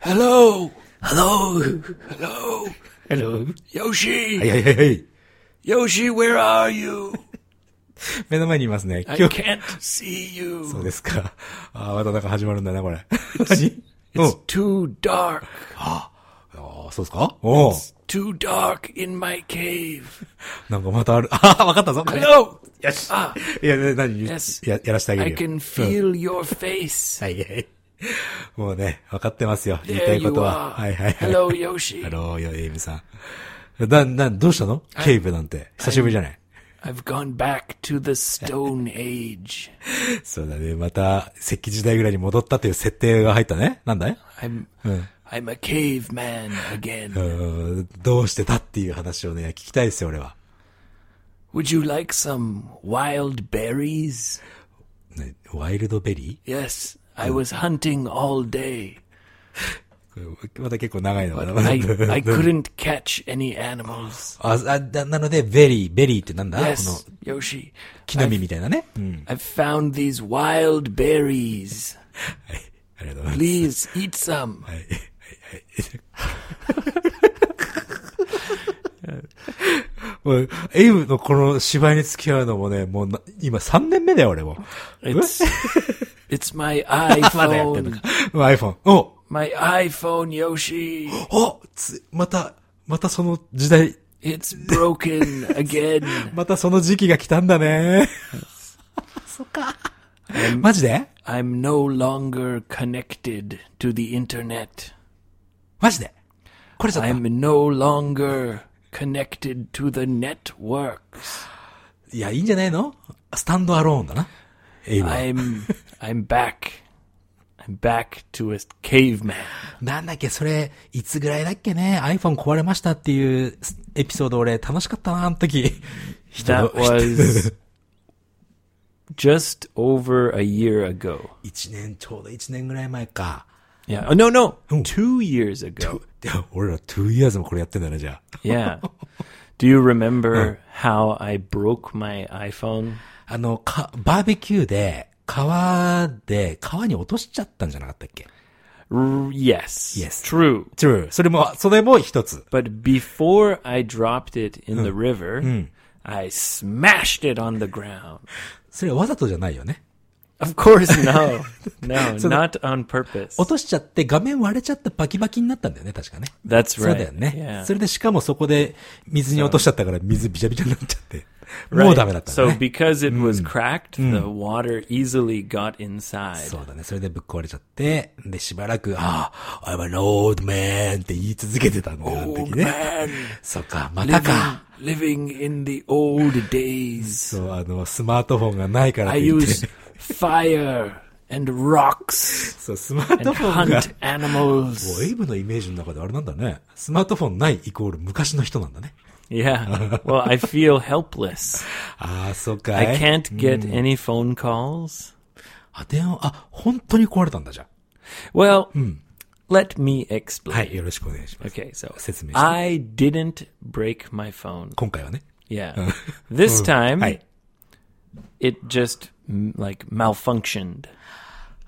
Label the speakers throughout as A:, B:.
A: Hello,
B: ハロー
A: hello,
B: ハロー
A: Yoshi.
B: はいはいはいはい。
A: Yoshi, where are you?
B: 目の前にいますね。
A: I
B: 今日、
A: can't see
B: そう
A: you.
B: ですか。ああ、またなんか始まるんだな、こ れ。何うん。
A: It's too dark.
B: ああ、そうですかおう
A: Too dark in my cave.
B: なんかまたある。 ああ、わかったぞ、これ。
A: Hello.
B: よし。
A: Ah,
B: いや、何言う
A: Yes.
B: ややらしてあげる
A: I
B: よ。
A: can
B: うん
A: feel your face.
B: はいはい。もうね、わかってますよ。言いた
A: There
B: いこ
A: you
B: と
A: are.
B: は。はいはいはい。
A: Hello, Yoshi.
B: ハローよ、エイミさん。だ、な、どうしたのケイブなんて。久しぶりじゃない
A: I've gone back to the Stone Age.
B: そうだね。また、石器時代ぐらいに戻ったという設定が入ったね。なんだい
A: I'm, I'm a caveman again.
B: うんどうしてたっていう話をね、聞きたいですよ、俺は。
A: Would you like some wild berries?
B: ねワイルドベリ
A: Yes, I was hunting all day.
B: ーこれまた結構長いのかな
A: I, I couldn't catch any animals.
B: ああだなので、ベリー、ベリーってなんだ、こ
A: Yes,
B: の
A: Yoshi.
B: 木の実みたいなね。うん。
A: I've found these wild berries.
B: はい。ありがとうございます。
A: Please eat some.
B: はい。はいはい。はい俺エイブのこの芝居に付き合うのもね、もうな今3年目だよ、俺も。
A: It's it's my
B: まだやってんの
A: iPhone.
B: か。うん iPhone。お
A: my iPhone, Yoshi.
B: おつ、また、またその時代、
A: It's broken again.
B: またその時期が来たんだね。そっか。マジで
A: I'm no longer connected to the internet.
B: マジでこれじゃない。
A: I'm no longer connected to the networks.
B: いや、いいんじゃないのスタンドアローンだな。エイブは。
A: I'm I'm back. I'm back to a caveman.
B: なんだっけ、それ、いつぐらいだっけね、iPhone 壊れましたっていうエピソード俺楽しかったな、あの時。人 の
A: That was just over a year ago.
B: 一年、ちょうど一年ぐらい前か。
A: Yeah. Oh, no, no. Two years ago.
B: でも俺ら2 years もこれやってんだね、じゃ
A: Yeah. Do you remember how I broke my iPhone?
B: あ。あの、か、バーベキューで、川で、川に落としちゃったんじゃなかったっけ
A: R- yes.
B: Yes.
A: True.
B: ?true. それも、それも一つ。
A: But before I dropped it in the river, I smashed it on the ground.
B: それはわざとじゃないよね。
A: Of course, no. No, not on purpose.
B: 落としちゃって画面割れちゃってバキバキになったんだよね、確かね。
A: That's
B: そうだ
A: right.
B: よね。
A: Yeah.
B: それでしかもそこで水に落としちゃったから水びちゃびちゃになっちゃって。
A: oh,
B: もうダメだったんだ
A: So
B: ね。
A: because it was cracked, the water easily got inside.
B: そうだね。それでぶっ壊れちゃって、で、しばらく、ああ、I'm an old man って言い続けてたんだよ、あの時
A: Old
B: ね。
A: man
B: そっか、また
A: living,
B: か。
A: living in the old days.
B: そう、あの、スマートフォンがないからっ
A: I
B: て言って。
A: use fire and rocks
B: そう、スマー
A: and
B: トフォンが。
A: hunt animals.
B: ウェイブのイメージの中であれなんだね。スマートフォンないイコール昔の人なんだね。
A: Yeah. Well, I feel helpless.
B: ああ、そっかい。
A: I can't get any phone calls.
B: あ、電話、あ、本当に壊れたんだじゃん。
A: Well, let me
B: は
A: explain.
B: い、よろしくお願いします。
A: Okay, so
B: 説明して。
A: I didn't break my phone.
B: 今回はね。
A: Yeah. This time,
B: はい。
A: it just m- like malfunctioned.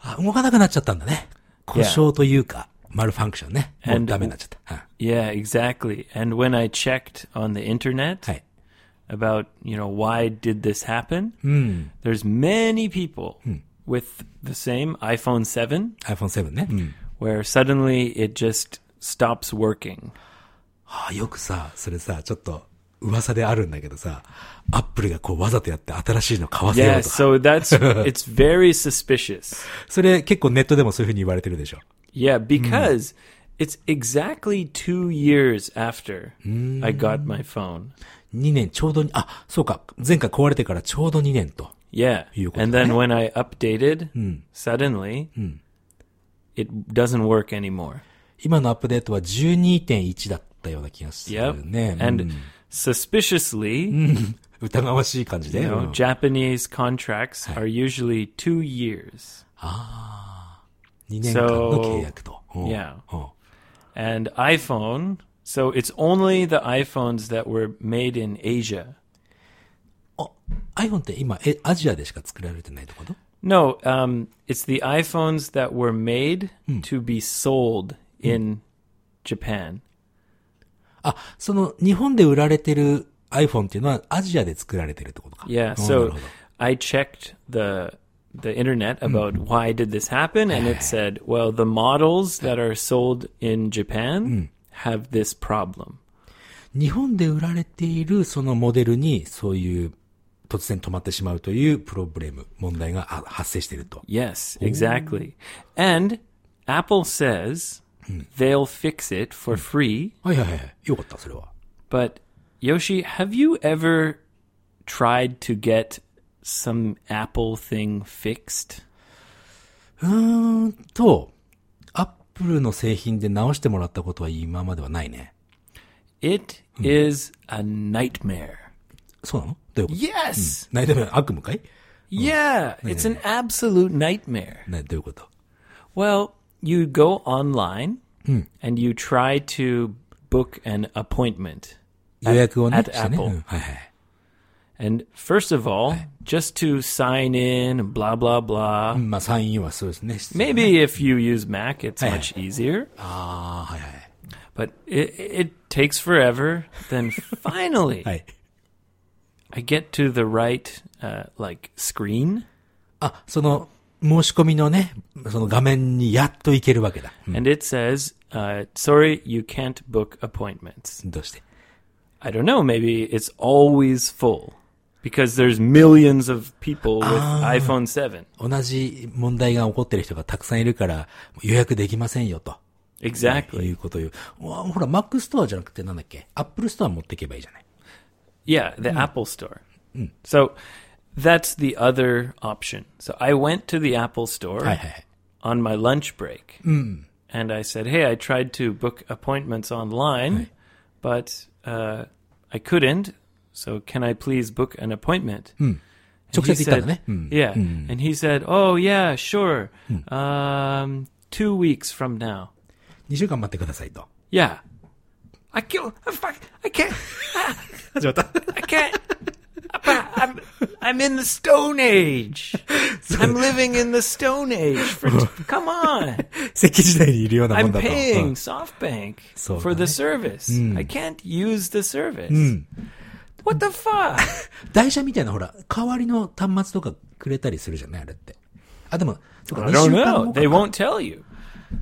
B: あ、動かなくなっちゃったんだね。故障というか、マルファンクションね。もう
A: And-
B: ダメになっちゃった。うん
A: Yeah, exactly. And when I checked on the internet
B: はい。
A: about, you know, why did this happen? There's many people with the same iPhone 7
B: iPhone7 ね。うん。
A: where suddenly it just stops working.
B: あよくさ、それさ、ちょっと噂であるんだけどさ、アップルがこうわざとやって新しいの買わせよう
A: Yeah,
B: とか。
A: so that's it's very suspicious.
B: それ結構ネットでもそういうふうに言われてるでしょ。
A: Yeah, because it's exactly 2 years after I got my phone.
B: 2年ちょうどに、あ、そうか、前回壊れてからちょうど2年と。
A: Yeah.
B: いうこと
A: And then
B: ね。
A: when I updated, suddenly it doesn't work anymore.
B: 今のアップデートは12.1だったような気がす
A: Yep.
B: るね。
A: And
B: うん
A: suspiciously,
B: 疑わしい感じで。
A: you know,
B: うん
A: Japanese contracts are usually 2 years.
B: 2年間の契約と。うん
A: Yeah.
B: うん
A: And iPhone, so it's only the iPhones that were made in Asia.
B: あ iPhone って今、え、アジアでしか作られてないってこと
A: No, um, it's the iPhones that were made to be sold in Japan.
B: あ、その、日本で売られてる iPhone っていうのはアジアで作られてるってことか。
A: Yeah.
B: うんなる
A: So
B: ほど
A: I checked the the internet about why did this happen, and it said, well, the models that are sold in Japan have this problem.
B: 日本で売られているそのモデルに、そういう、突然止まってしまうというプロブレム、問題があ発生していると。
A: Yes, exactly. And Apple says they'll fix it for free.
B: はいはいはい。よかった、それは。
A: But Yoshi, have you ever tried to get some Apple thing fixed?
B: うーんと、アップルの製品で直してもらったことは今まではないね。
A: It is a nightmare.
B: そうなのどういうこと
A: Yes.
B: ないでも悪夢かい
A: Yeah, it's an absolute nightmare.
B: ね、どういうこと
A: Well, you go online and you try to book an appointment.
B: 予約をね、
A: at
B: してね
A: Apple
B: うんはいはい。
A: And first of all, just to sign in, blah blah blah.
B: まあ、サインはそうですね。必要
A: Maybe if you use Mac, it's much easier.
B: ああ、はいはい。
A: But it, it takes forever. Then finally,
B: はい。
A: I get to the right uh, like screen,
B: あ、その、申し込みのね、その画面にやっと行けるわけだ。うん
A: and it says, uh, "Sorry, you can't book appointments."
B: どうして
A: I don't know. Maybe it's always full because there's millions of people with iPhone Seven.
B: 同じ問題が起こってる人がたくさんいるから、予約できませんよと。い
A: Exactly.
B: うことを言う。うわほら、Mac ストアじゃなくてなんだっけアップルストア持っていけばいいじゃない。
A: Yeah, the Apple Store. So that's the other option. So I went to the Apple Store
B: はいはいはい。
A: on my lunch break, and I said, "Hey, I tried to book appointments online, but uh, I couldn't. So can I please book an appointment?" And
B: 直
A: he
B: 接行っ
A: said,
B: たんだね。うん。
A: Yeah. And he said, Oh, yeah, sure. Um, two weeks from now.
B: 2週間待ってくださいと。
A: Yeah. I can't. I fuck, I can't.
B: 始まった。
A: I can't. I'm, I'm in the Stone Age. I'm living in the Stone Age. For come on.
B: 石器時代にいるようなもん
A: I'm
B: だと。う
A: paying
B: ん
A: SoftBank
B: So
A: for the
B: nice.
A: service. I can't use the service. What the fuck?
B: 台車みたいなほら、代わりの端末とかくれたりするじゃないあれって。あ、でも、そうか、
A: I
B: 2
A: don't
B: 週間
A: know.
B: 後
A: They
B: か。
A: won't tell you.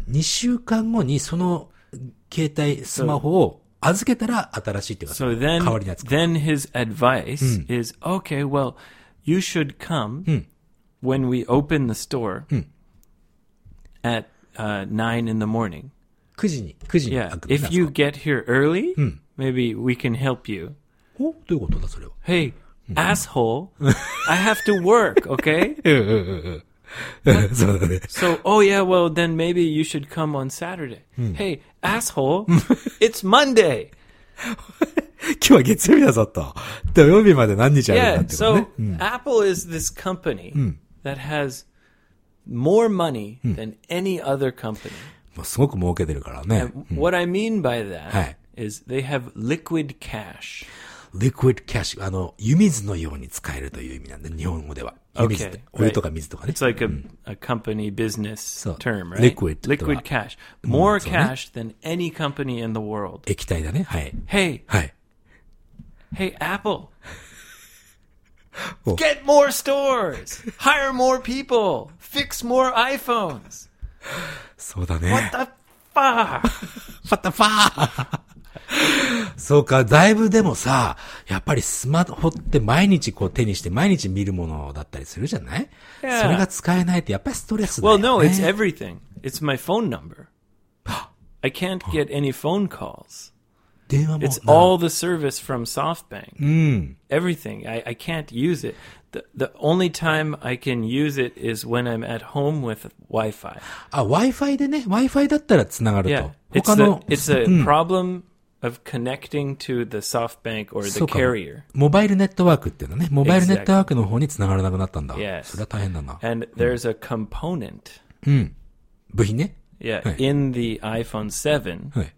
B: 2週間後にその携帯、スマホを預けたら新しいっていうか、
A: So
B: 代
A: then,
B: わりのやつか。
A: then his advice is okay, well, you should come when we open the store at uh, nine in the morning.
B: 9時に、9時に
A: Yeah.
B: 開くのね。
A: If you get here early, maybe we can help you.
B: おどういうことだ、それは。
A: Hey, asshole, I have to work, okay?
B: うんうんうんうん。 そうだね。
A: So, oh yeah, well, then maybe you should come on Saturday. Hey, asshole, it's Monday.
B: 今日は月曜日だぞと。土曜日まで何日あるんだ
A: Yeah,
B: ってことね。
A: so Apple is this company that has more money than any other company.
B: もうすごく儲けてるからね。
A: What I mean by that is
B: Hi.
A: they have liquid cash.
B: liquid cash, あの、湯水のように使えるという意味なんで、日本語では。湯水って、
A: Okay.
B: お湯とか水とかね
A: It's。like a, a company business term, right?
B: liquid
A: Liquid
B: とは。
A: cash. More
B: そうね。
A: cash than any company in the world.
B: 液体だね。はい。
A: Hey,
B: はい。
A: hey, Apple.
B: Oh.
A: Get more stores. Hire more people. Fix more iPhones.
B: そうだね。
A: The fuck?
B: パタファー そうか、だいぶでもさ、やっぱりスマホって毎日こう手にして毎日見るものだったりするじゃない、
A: Yeah.
B: それが使えないってやっぱりストレスだ
A: Well,
B: よ、ね。
A: no, it's everything. It's my phone number. I can't get any phone calls.
B: 電話も
A: It's
B: な
A: all the service from SoftBank. Everything. I, I can't use it. The, the only time I can use it is when I'm at home with Wi Fi.
B: あ、Wi-Fi でね、Wi-Fi だったら繋がる
A: Yeah.
B: と。
A: It's,
B: 他
A: the,
B: の、
A: it's a
B: Hmm.
A: problem of connecting to the SoftBank or
B: そ
A: the
B: うか
A: carrier.
B: モバイルネットワークっていうのね、モバイル
A: Exactly.
B: ネットワークの方に繋がらなくなったんだ。
A: Yes.
B: それは大変だな。
A: And there's a component.
B: 部品ね。
A: Yeah,
B: Hey.
A: in the iPhone 7
B: はい。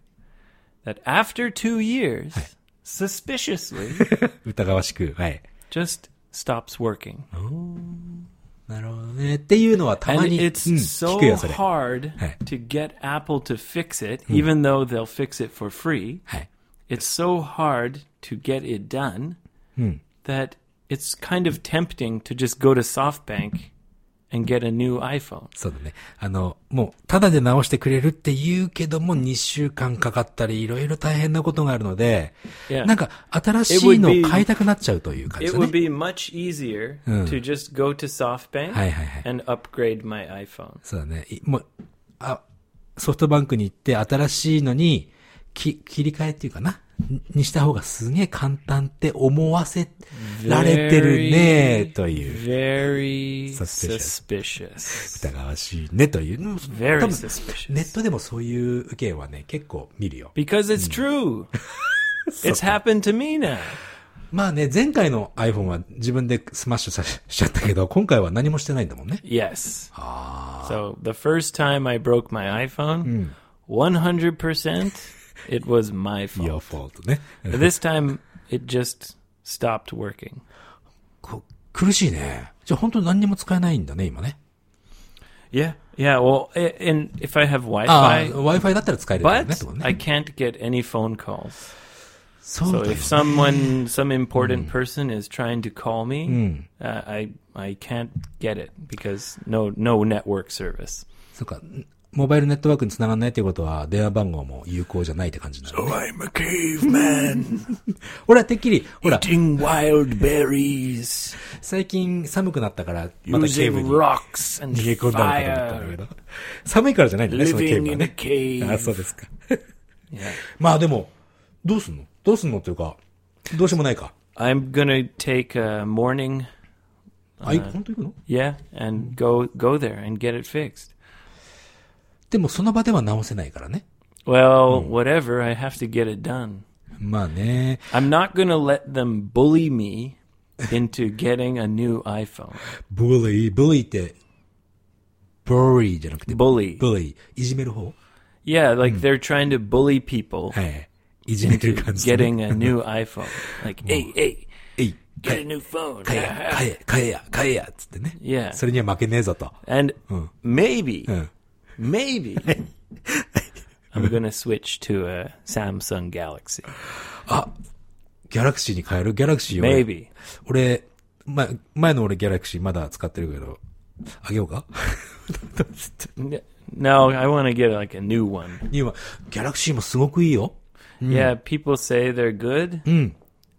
A: that after two years, suspiciously,
B: 疑わしく。はい。
A: just stops working.
B: なるほどね。っていうのはたま
A: And
B: に、うん
A: it's
B: 聞
A: so
B: くよ、それ。は
A: hard
B: はい。
A: to get Apple to fix it, even though they'll fix it for free.
B: い。
A: It's so hard to get it done that it's kind of tempting to just go to SoftBank and get a new iPhone.
B: そうだね。あの、もう、ただで直してくれるって言うけども、2週間かかったり、いろいろ大変なことがあるので、
A: Yeah.
B: なんか、新しいのを買いたくなっちゃうという感じ
A: It
B: だ
A: would
B: ね。
A: be much easier to just go to SoftBank
B: はいはいはい。
A: and upgrade my iPhone.
B: そうだね。いもう、あ、ソフトバンクに行って、新しいのに、き、切り替えっていうかなににした方がすげえ簡単って思わせられてるね、という。
A: Very
B: Suspicious.
A: suspicious.
B: 疑わしいね、という。うん多
A: Very
B: 分
A: suspicious.
B: ネットでもそういう意見はね、結構見るよ。
A: Because it's true. it's happened to me now.
B: まあね、前回の iPhone は自分でスマッシュさ しちゃったけど、今回は何もしてないんだもんね。
A: Yes. So the first time I broke my iPhone, 100% it was my fault.
B: fault ね。
A: But This time it just stopped working.
B: こ苦しいね。じゃあ本当に何にも使えないんだね、今ね。
A: Yeah. Yeah. Well, i- and if I have Wi
B: ああ、
A: Fi,
B: Wi-Fi だったら使えるんだよね、ってこ
A: but
B: とね。
A: I can't get any phone calls.
B: そうだ
A: So
B: よね
A: if someone, some important person is trying to call me, uh, I, I can't get it because no, no network service.
B: そうか、んモバイルネットワークに繋がんないってことは、電話番号も有効じゃないって感じになる、ね。
A: I'm a caveman
B: 俺はてっきり、ほら、
A: eating wild berries,
B: 最近寒くなったから、またケー
A: using
B: ブに
A: rocks and
B: 逃げ込んだのかと思ったんだけ
A: fire.
B: ど。寒いからじゃないんだね、そのケーブ
A: Living in
B: は
A: a
B: ね。あ、
A: cave.
B: そうですか。まあでも、どうすんのどうすんのというか、どうしようもないか。
A: I'm gonna take a morning,
B: あ、い本当行くの
A: yeah, and go go there and get it fixed.
B: でもその場では直せないからね。
A: Well, whatever, I have to get it done.
B: まあね。
A: I'm not gonna let them bully me into getting a new iPhone.
B: ブリー、ブリーって、ブリーじゃなくて、
A: Bully.
B: ブリー、いじめる方
A: Yeah, like they're trying to bully people
B: はい。いじめてる感じ、ね。
A: getting a new iPhone. Like, hey, hey,
B: えい、
A: get a new phone.
B: 買えや、買えや、買えや、買えや、つってね。
A: Yeah.
B: それには負けねえぞと。
A: And
B: Hmm.
A: maybe,
B: ん
A: maybe I'm going to switch to a Samsung Galaxy.
B: ギャラクシーに変えるギャラクシー俺
A: Maybe.
B: 俺、ま、前の俺ギャラクシーまだ使ってるけど、あげようか
A: N- No, I want to get like a new one.
B: 今、ギャラクシーもすごくいいよ。
A: Yeah, people say they're good.
B: Hmm.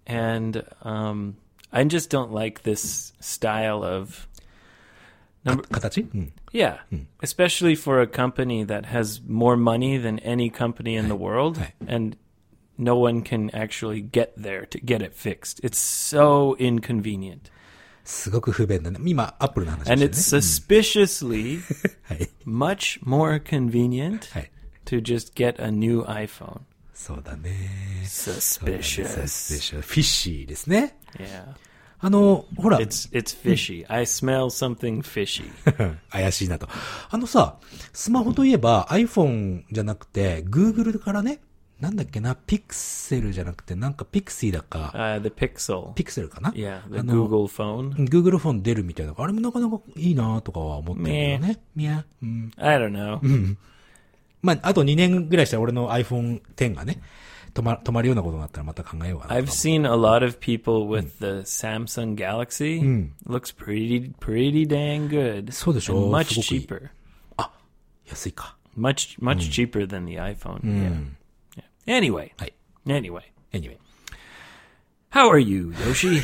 A: And um, I just don't like this style of.
B: か形うん。
A: Yeah,
B: Hmm.
A: especially for a company that has more money than any company in the world,
B: Right.
A: and no one can actually get there to get it fixed. It's so inconvenient.
B: すごく不便だね。今、アップルの話をして
A: And
B: ね。
A: it's suspiciously
B: はい。
A: much more convenient
B: はい。
A: to just get a new iPhone.
B: そうだね。
A: Suspicious.
B: でしょフィッシーですね。
A: Yeah.
B: あの、ほら、
A: It's it's fishy. I smell something fishy.
B: 怪しいなと。あのさ、スマホといえば iPhone じゃなくて、Google からね、なんだっけな、ピクセルじゃなくて、なんかピクシーだか、
A: Uh, the Pixel.
B: ピクセルかな
A: Yeah,
B: あ
A: the
B: の
A: Google phone.
B: Google フォン出るみたいな。あれもなかなかいいなとかは思ってるけどね。いや、うん。
A: I don't know.
B: まあ、あと2年ぐらいしたら俺の iPhone X がね、止ま、止まるようなことになったらまた考えようかなと
A: I've seen a lot of people with the Samsung Galaxy. Looks pretty pretty dang good.
B: そうでしょ？
A: And much
B: すごくいい。
A: cheaper.
B: 安いか。
A: Much much cheaper than the iPhone. Yeah. yeah. Anyway.
B: はい。
A: Anyway.
B: Anyway.
A: How are you, Yoshi?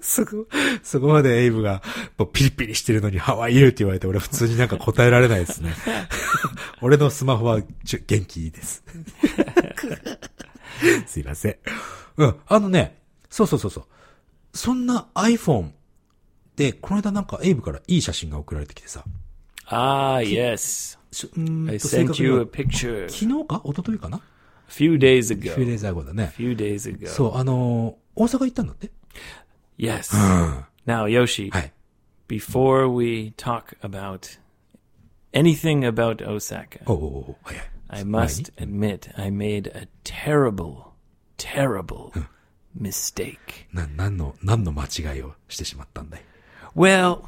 B: そこ、そこまでエイブが、もうピリピリしてるのに、ハワイユーって言われて、俺普通になんか答えられないですね。俺のスマホはちょ元気いいです。 すいません。うん、あのね、そうそうそうそう。そんな iPhone で、この間なんかエイブからいい写真が送られてきてさ。
A: ah, yes.
B: しうーん
A: I
B: と正
A: sent
B: 確には
A: you a picture
B: 昨日か一昨日かな
A: a few days ago.
B: フィレザー号だね。
A: few days ago.
B: そう、あのー大阪行ったんだって
A: yes.
B: うん。
A: Now, Yoshi,
B: はい。
A: before we talk about anything about Osaka,
B: おうおうおうはいはい。
A: I must admit I made a terrible, terrible mistake.
B: な、何の、何の間違いをしてしまったんだい
A: Well,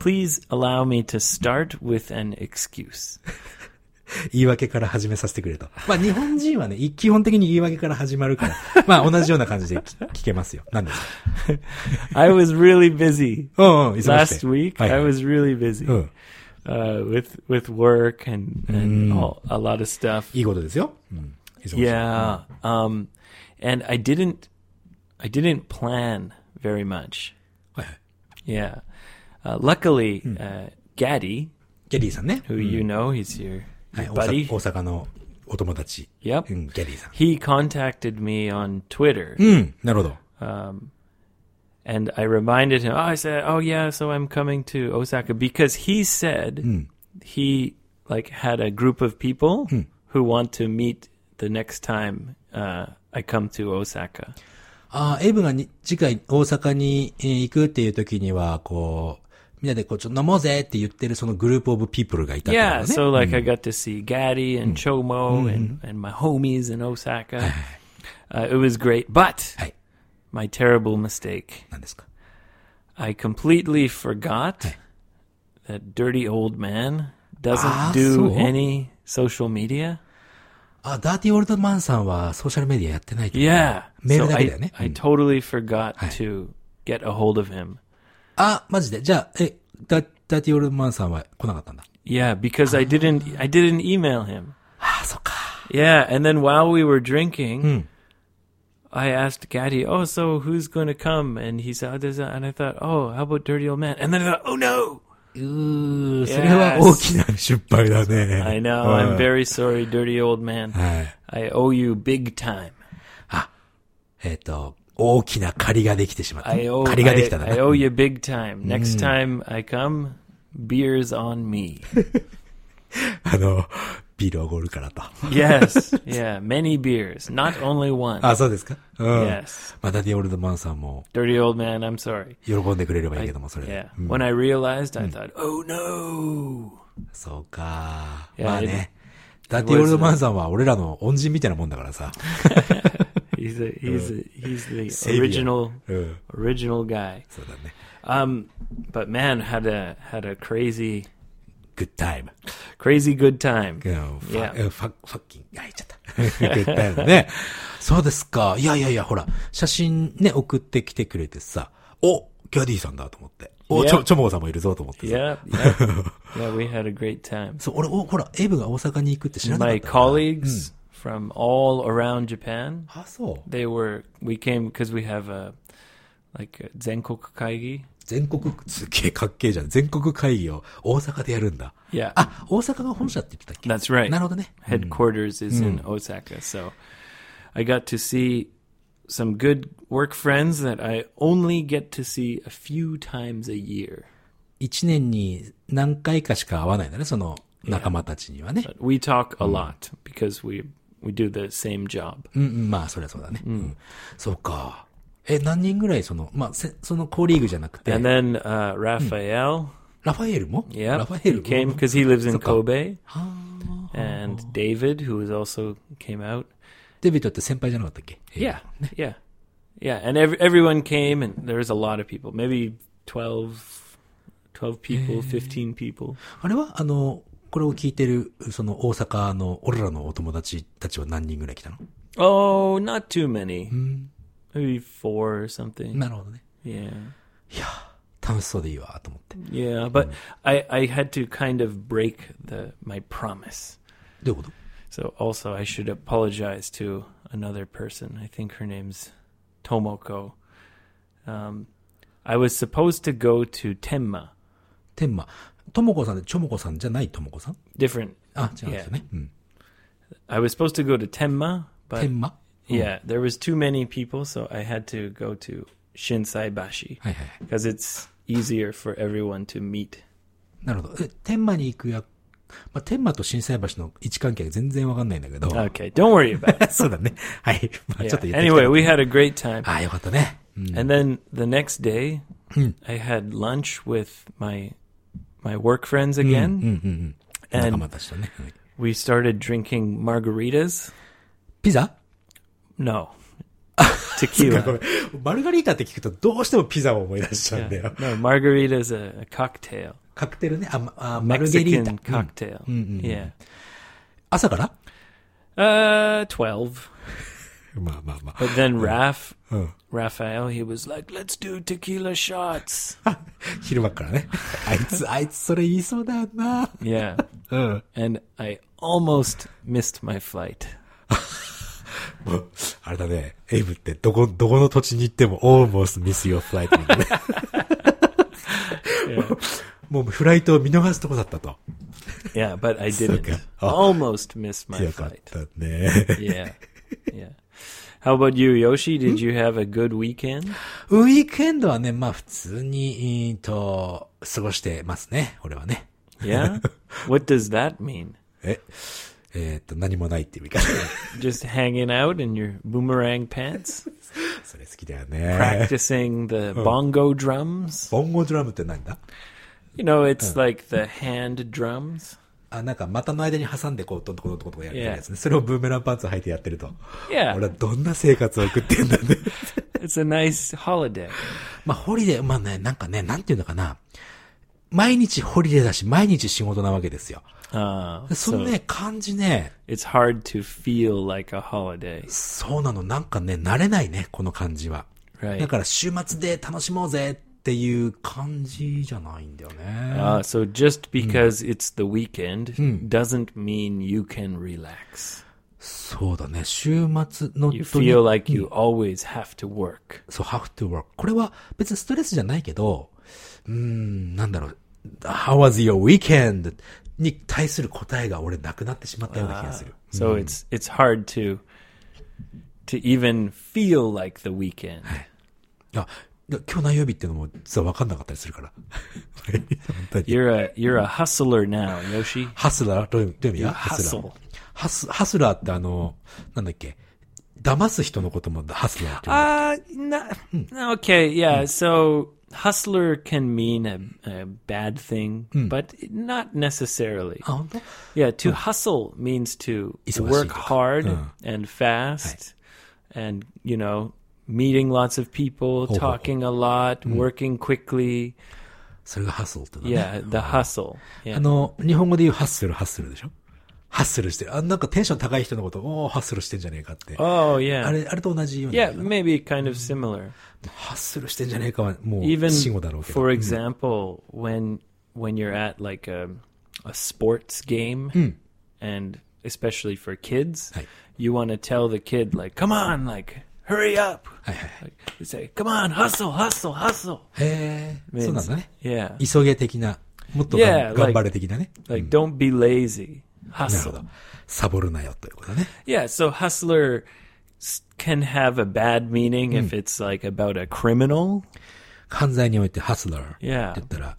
A: Please allow me to start with an excuse.
B: 言い訳から始めさせてくれと。まあ日本人はね、い基本的に言い訳から始まるから、 まあ同じような感じで聞聞けますよ。何ですか
A: I was really busy
B: うんうん、忙しく
A: last
B: て。
A: week.
B: はいは
A: I
B: い
A: was really busy
B: うん。
A: uh, with with work and and all, a lot of stuff.
B: いいことですよ。うん。忙しい
A: Yeah, um, and I didn't I didn't plan very much.
B: はいはい。
A: Yeah, uh, luckily, uh, Gaddy,
B: ギャリーさんね。
A: who you know, he's your,
B: はい、
A: your buddy.
B: 大阪大阪のお友達。
A: Yep.
B: うん、ギャリーさん。
A: He contacted me on Twitter,
B: うん、なるほど。
A: um, and I reminded him. Oh, I said, "Oh yeah, so I'm coming to Osaka because he said
B: Hmm.
A: he like had a group of people who want to meet the next time uh, I come to Osaka."
B: ああ、エイブがに次回大阪にえー行くっていう時には、こう、みんなでこう、ちょっと飲もうぜって言ってるそのグループオブピープルがいたってこと
A: Yeah,
B: ね。
A: so like
B: Hmm.
A: I got to see Gaddy and Chomo and, and my homies in Osaka. uh, it was great, but
B: Hey.
A: my terrible mistake.
B: 何ですか
A: I completely forgot that dirty old man doesn't
B: Ah,
A: do
B: so?
A: any social media.
B: あ、ダーティーオールドマンさんはソーシャルメディアやってないってこと
A: Yeah.
B: メール
A: so
B: だけだよ
A: I,
B: ね。
A: I totally forgot to get a hold of him.
B: あ、マジで。じゃあ、え、ダダーティーオールドマンさんは来なかったんだ。
A: Yeah, because I didn't I didn't email him.
B: あ、そっか。
A: Yeah, and then while we were drinking, I asked Gaddy, "Oh, so who's going to come?" And he said, oh, there's a, and I thought, "Oh, how about Dirty Old Man?" And then I thought, "Oh no!"
B: うー、それは大きな失敗だね。
A: I know.
B: う
A: I'm
B: ん
A: very sorry, Dirty Old Man.
B: はい。
A: I owe you big time.
B: えっ、と、大きな借りができてしまった。
A: I owe,
B: 借りができたん
A: I,
B: だ
A: I
B: な。
A: owe you big time. Next time I come, beers on me.
B: あの、ビールおごるからと。
A: Yes. yeah, many beers, not only one.
B: あ、そうですかうん。
A: Yes.
B: まあ、ダディ・オールドマンさんも
A: Dirty Old Man, I'm sorry.
B: 喜んでくれればいいけども、それで。
A: Yeah. Mm. When I realized, I thought, "Oh no."
B: そうか。
A: いや
B: まあ
A: いや
B: ね。ダディ・オールドマンさんは俺らの恩人みたいなもんだからさ。
A: He's a, he's a, he's the
B: Savior.
A: original
B: うん。
A: original guy.
B: そうだね。
A: Um, but man, had a had a crazy
B: グッタイム。
A: crazy good time.
B: うんファ
A: Yeah.
B: うんファファッキン、あ、言っちゃった。 グッタイムね。そうですか。いやいやいや、ほら、写真ね、送ってきてくれてさ、お、ギャディさんだと思って。お、
A: Yeah.
B: ちょ、ちょもごさんもいるぞと思ってさ。
A: Yeah, yeah, yeah. We had a great time.
B: そう、俺、お、ほら、エイブが大阪に行くって知らなかっ
A: My
B: たから。
A: colleagues from all around Japan.
B: あ、そう。
A: They were we came because we have a like a Zenkoku Kaigi.
B: 全国、すっげえかっけえじゃん。全国会議を大阪でやるんだ。
A: Yeah,
B: あ、大阪が本社って言ってたっけ
A: that's right.
B: なるほどね。
A: Headquarters is in Osaka, so I got to see some good work friends that I only get to see a few times a year.
B: 一年に何回かしか会わないんだね、その仲間たちにはね。
A: We talk a lot because we we do the same job.
B: うんうん、まあ、そりゃそうだね。うん。そうか。え、何人ぐらいその、まあ、せそのコリーグじゃなくて、
A: And then uh, Raphael,
B: ラファエルも
A: yeah,
B: ラファ
A: he
B: エル
A: came because he lives in Kobe, and David, who was also came out.
B: デビットって先輩じゃなかったっけ
A: Yeah, yeah, yeah. And every, everyone came, and there was a lot of people. Maybe 12, 12 people, fifteen people.
B: あれはあの、これを聞いてる、その大阪の、俺らのお友達たちは何人ぐらい来たの
A: Oh, not too many. Maybe four or something.
B: なるほどね。
A: Yeah,
B: 楽しそうでいいわ、と思って。ど
A: yeah. But I, I had to kind of break the my promise.
B: ういうこと
A: So also, I should apologize to another person. I think her name's Tomoko. Um, I was supposed to go to Tenma.
B: 天馬。ともこさんで、ちょもこさんじゃないともこさん
A: Different.
B: あ、違うんですよね。うん。
A: I was supposed to go to Tenma, but
B: 天馬
A: Yeah, there was too many people, so I had to go to Shinsaibashi
B: はいはいはい。
A: because it's easier for everyone to meet.
B: なるほど。え、天馬に行くや、まあ、天馬と震災橋の位置関係が全然わかんないんだけど。
A: Okay, don't worry about it.
B: そうだね。はい。まあ、
A: Yeah.
B: ちょっと言ってきた
A: Anyway, we had a great time.
B: ああ、よかったね。うん。
A: And then the next day, I had lunch with my my work friends
B: うんう
A: again,
B: んうん。仲
A: and
B: 間たちとね。はい
A: we started drinking margaritas.
B: ピザ
A: No. tequila.
B: ごめんマルガリータって聞くとどうしてもピザを思い出しちゃうんだ
A: Yeah.
B: よ。
A: No, margarita is a, a cocktail.
B: カクテルね、あ、まあマルゲリータ
A: Mexican。cocktail. Yeah.
B: 朝から
A: Uh, 12.
B: まあまあまあ。
A: But then Raf,
B: うん。
A: Raphael, he was like, let's do tequila shots.
B: 昼間からね。あいつ、あいつそれ言いそうだよな。
A: Yeah.
B: うん。
A: And I almost missed my flight.
B: もうあれだね。エイブってどこ、どこの土地に行っても almost miss your flight みたいなね。もうフライトを見逃すとこだったと。
A: Yeah, but I didn't.
B: Okay. Oh.
A: Almost missed my
B: よかっ
A: flight.
B: たね。
A: Yeah. Yeah. How about you, Yoshi? Did you have a good weekend?
B: ウィークエンドはね、まあ普通に、えーと、過ごしてますね。俺はね。
A: Yeah? what does that mean?
B: え、えっ、と、何もないっていう意味かな。
A: Just hanging out in your boomerang pants?
B: それ好きだよね。
A: Practicing the
B: oh.
A: bongo drums?
B: ボンゴドラムって何だ
A: You know, it's
B: Uh.
A: like the hand drums.
B: あ、なんか股の間に挟んでこう、トントコトントコトコやるや
A: Yeah.
B: つね。それをブーメランパンツ履いてやってると。
A: Yeah.
B: 俺はどんな生活を送ってんだ ね。
A: It's a nice holiday.
B: まあ、ホリデー、まあね、なんかね、なんていうのかな。毎日ホリデーだし、毎日仕事なわけですよ。
A: Uh,
B: その
A: so
B: ね、感じね、
A: it's hard to feel like a holiday.
B: そうなの、なんかね、慣れないね、この感じは。
A: Right.
B: だから週末で楽しもうぜっていう感じじゃないんだよね。
A: Uh, so just because it's the weekend doesn't mean you can relax.
B: そうだね、週末の
A: You Hmm.
B: とに
A: feel like you always have to work.
B: そう、have to work. これは別にストレスじゃないけど、うーん、なんだろう、how was your weekend? に対する答えが俺なくなってしまったような気がする。
A: So it's it's hard to to even feel like the weekend.
B: あ、いや今日何曜日っていうのも実は分かんなかったりす るから。本当に。
A: You're a you're a hustler now, Yoshi.
B: ハスラーどういうどういう意味やハスラ
A: Hustle.
B: ー。ハス、ハスラーってあの、なんだっけ。騙す人のこともハスラーって言
A: Uh,
B: う
A: no, Hmm. okay, yeah. So hustler can mean a, a bad thing, but not necessarily.
B: あ、本当？
A: Yeah, to hustle means to
B: 忙しいとか。
A: work hard
B: うん。
A: and fast and, you know, meeting lots of people,
B: ほうほうほう。
A: talking a lot, working quickly.
B: それがハスルってのね。
A: Yeah, the hustle.
B: あ
A: Yeah.
B: の、日本語で言うハッスル、ハッスルでしょハッスルしてる。あ、なんかテンション高い人のこと、おーハッスルしてんじゃねえかって。
A: Oh,
B: あ
A: yeah.
B: れ、あれと同じように。
A: Yeah, maybe kind of similar.
B: ハッスルしてんじゃねえかは、もう、
A: Even
B: 死語だろうけど
A: for。example, when when you're at like a a sports game and especially for kids,
B: はい。
A: you want to tell the kid like, "Come on, like hurry up."
B: はいはいはい。
A: You say, "Come on, hustle, hustle, hustle."
B: へえ、そうなん
A: means-
B: だね。
A: Yeah.
B: 急げ的な、もっとが
A: Yeah, like-
B: 頑張れ的なね。
A: Like don't be lazy.
B: なるほど
A: Hustle.。
B: サボるなよということね。
A: Yeah, so hustler s- can have a bad meaning if it's like about a criminal.
B: 犯罪においてハスラーって言
A: Yeah.
B: ったら、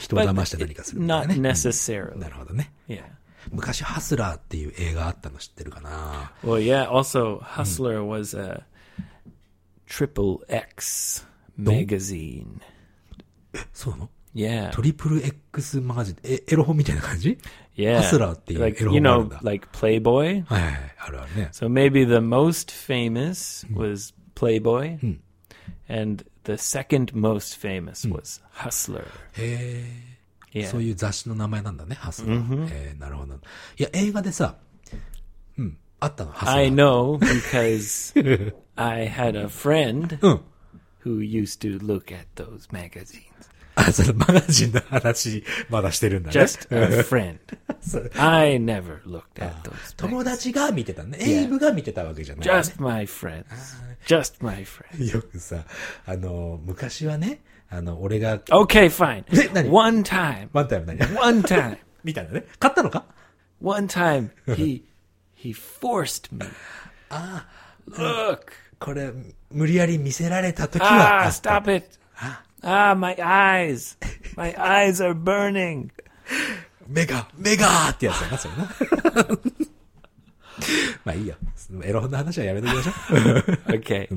B: 人を騙して何かするみたい
A: not
B: なね。
A: necessarily.
B: なるほどね。
A: Yeah.
B: 昔ハスラーっていう映画あったの知ってるかな
A: Well, yeah, also hustler was a triple X magazine.
B: そうなの
A: Yeah.
B: トリプル X マガジン、え、エロ本みたいな感じ
A: Yeah.
B: hustlerっていう
A: like
B: エロ本
A: you
B: があるん
A: know
B: だ
A: like Playboy.
B: はいはいはい、あるあるね。
A: So maybe the most famous was Playboy, and the second most famous was Hustler.
B: へえ、
A: Yeah.
B: そういう雑誌の名前なんだね、ハスラー。へえ、なるほど。いや、映画でさ、うん、あったの、ハスラ
A: I
B: ー。
A: know because I had a friend
B: うん。
A: who used to look at those magazines.
B: あ、そのマガジンの話、まだしてるんだね。
A: Just a friend.
B: そう
A: I never looked at those. Magazines.
B: 友達が見てたね。エイブが見てたわけじゃない、ね。
A: Just my friends. Just my friends.
B: よくさ、あの、昔はね、あの、俺が、
A: Okay, fine.
B: 何？
A: One time.
B: ワンタイム何
A: One time.
B: みたいなね。買ったのか
A: One time he he forced me. Look.
B: これ、無理やり見せられた時は、
A: Ah,
B: あ
A: stop it. Ah, my eyes. My eyes are burning.
B: メガ、メガーってやつだな、それな。 まあいいよ。エロ本の話はやめときましょう。
A: Okay.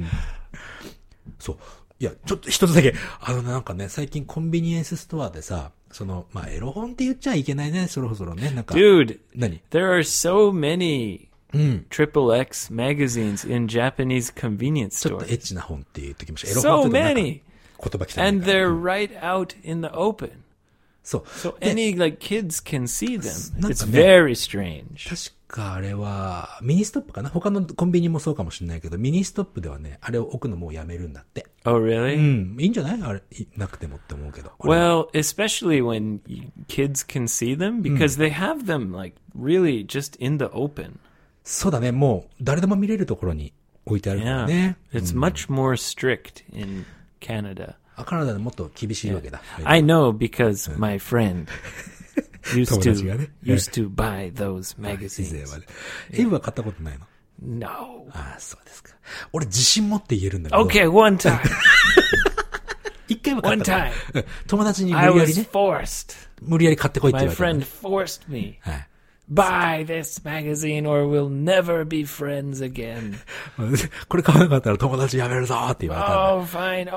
B: そう。いや、ちょっと一つだけ。あのね、なんかね、最近コンビニエンスストアでさ、その、まあエロ本って言っちゃいけないね、そろそろね。なんか、
A: Dude,
B: 何
A: there are so many
B: うん。
A: triple X magazines in Japanese convenience
B: ちょっと
A: stores.
B: エッチな本って言っときましょう。エロ
A: So
B: 本ってなんか言
A: many,
B: 葉汚いから。
A: and they're right out in the open,
B: そう。
A: so
B: で
A: any like kids can see them.
B: なんか
A: It's
B: ね
A: very strange.
B: 確かあれは、ミニストップかな他のコンビニもそうかもしれないけど、ミニストップではね、あれを置くのもうやめるんだって。
A: Oh,
B: う
A: really?
B: ん。いいんじゃないあれ、いなくてもって思うけど。
A: Well, especially when y- kids can see them because they have them like really just in the open.
B: そうだね。もう、誰でも見れるところに置いてあるから
A: Yeah. Hmm.
B: ね。
A: It's much more strict in Canada.
B: あカナダでもっと厳しいわけだ。
A: I know because my friend used to
B: 友達がね。
A: used to buy those
B: 以前
A: magazines.
B: はね。エイブは買ったことないの
A: No.
B: ああ、そうですか。俺自信持って言えるんだけど。
A: Okay, one time.
B: 一回は買ったから
A: One
B: うん 友達に無
A: I
B: 理やり
A: was
B: ね、
A: forced.
B: 無理やり買ってこいって
A: My
B: 言われ
A: friend
B: たのね。
A: forced me.
B: はい。
A: Buy this magazine or we'll never be friends again.
B: これ買わなかったら 友達やめるぞーって言われたんだ
A: Oh, fine.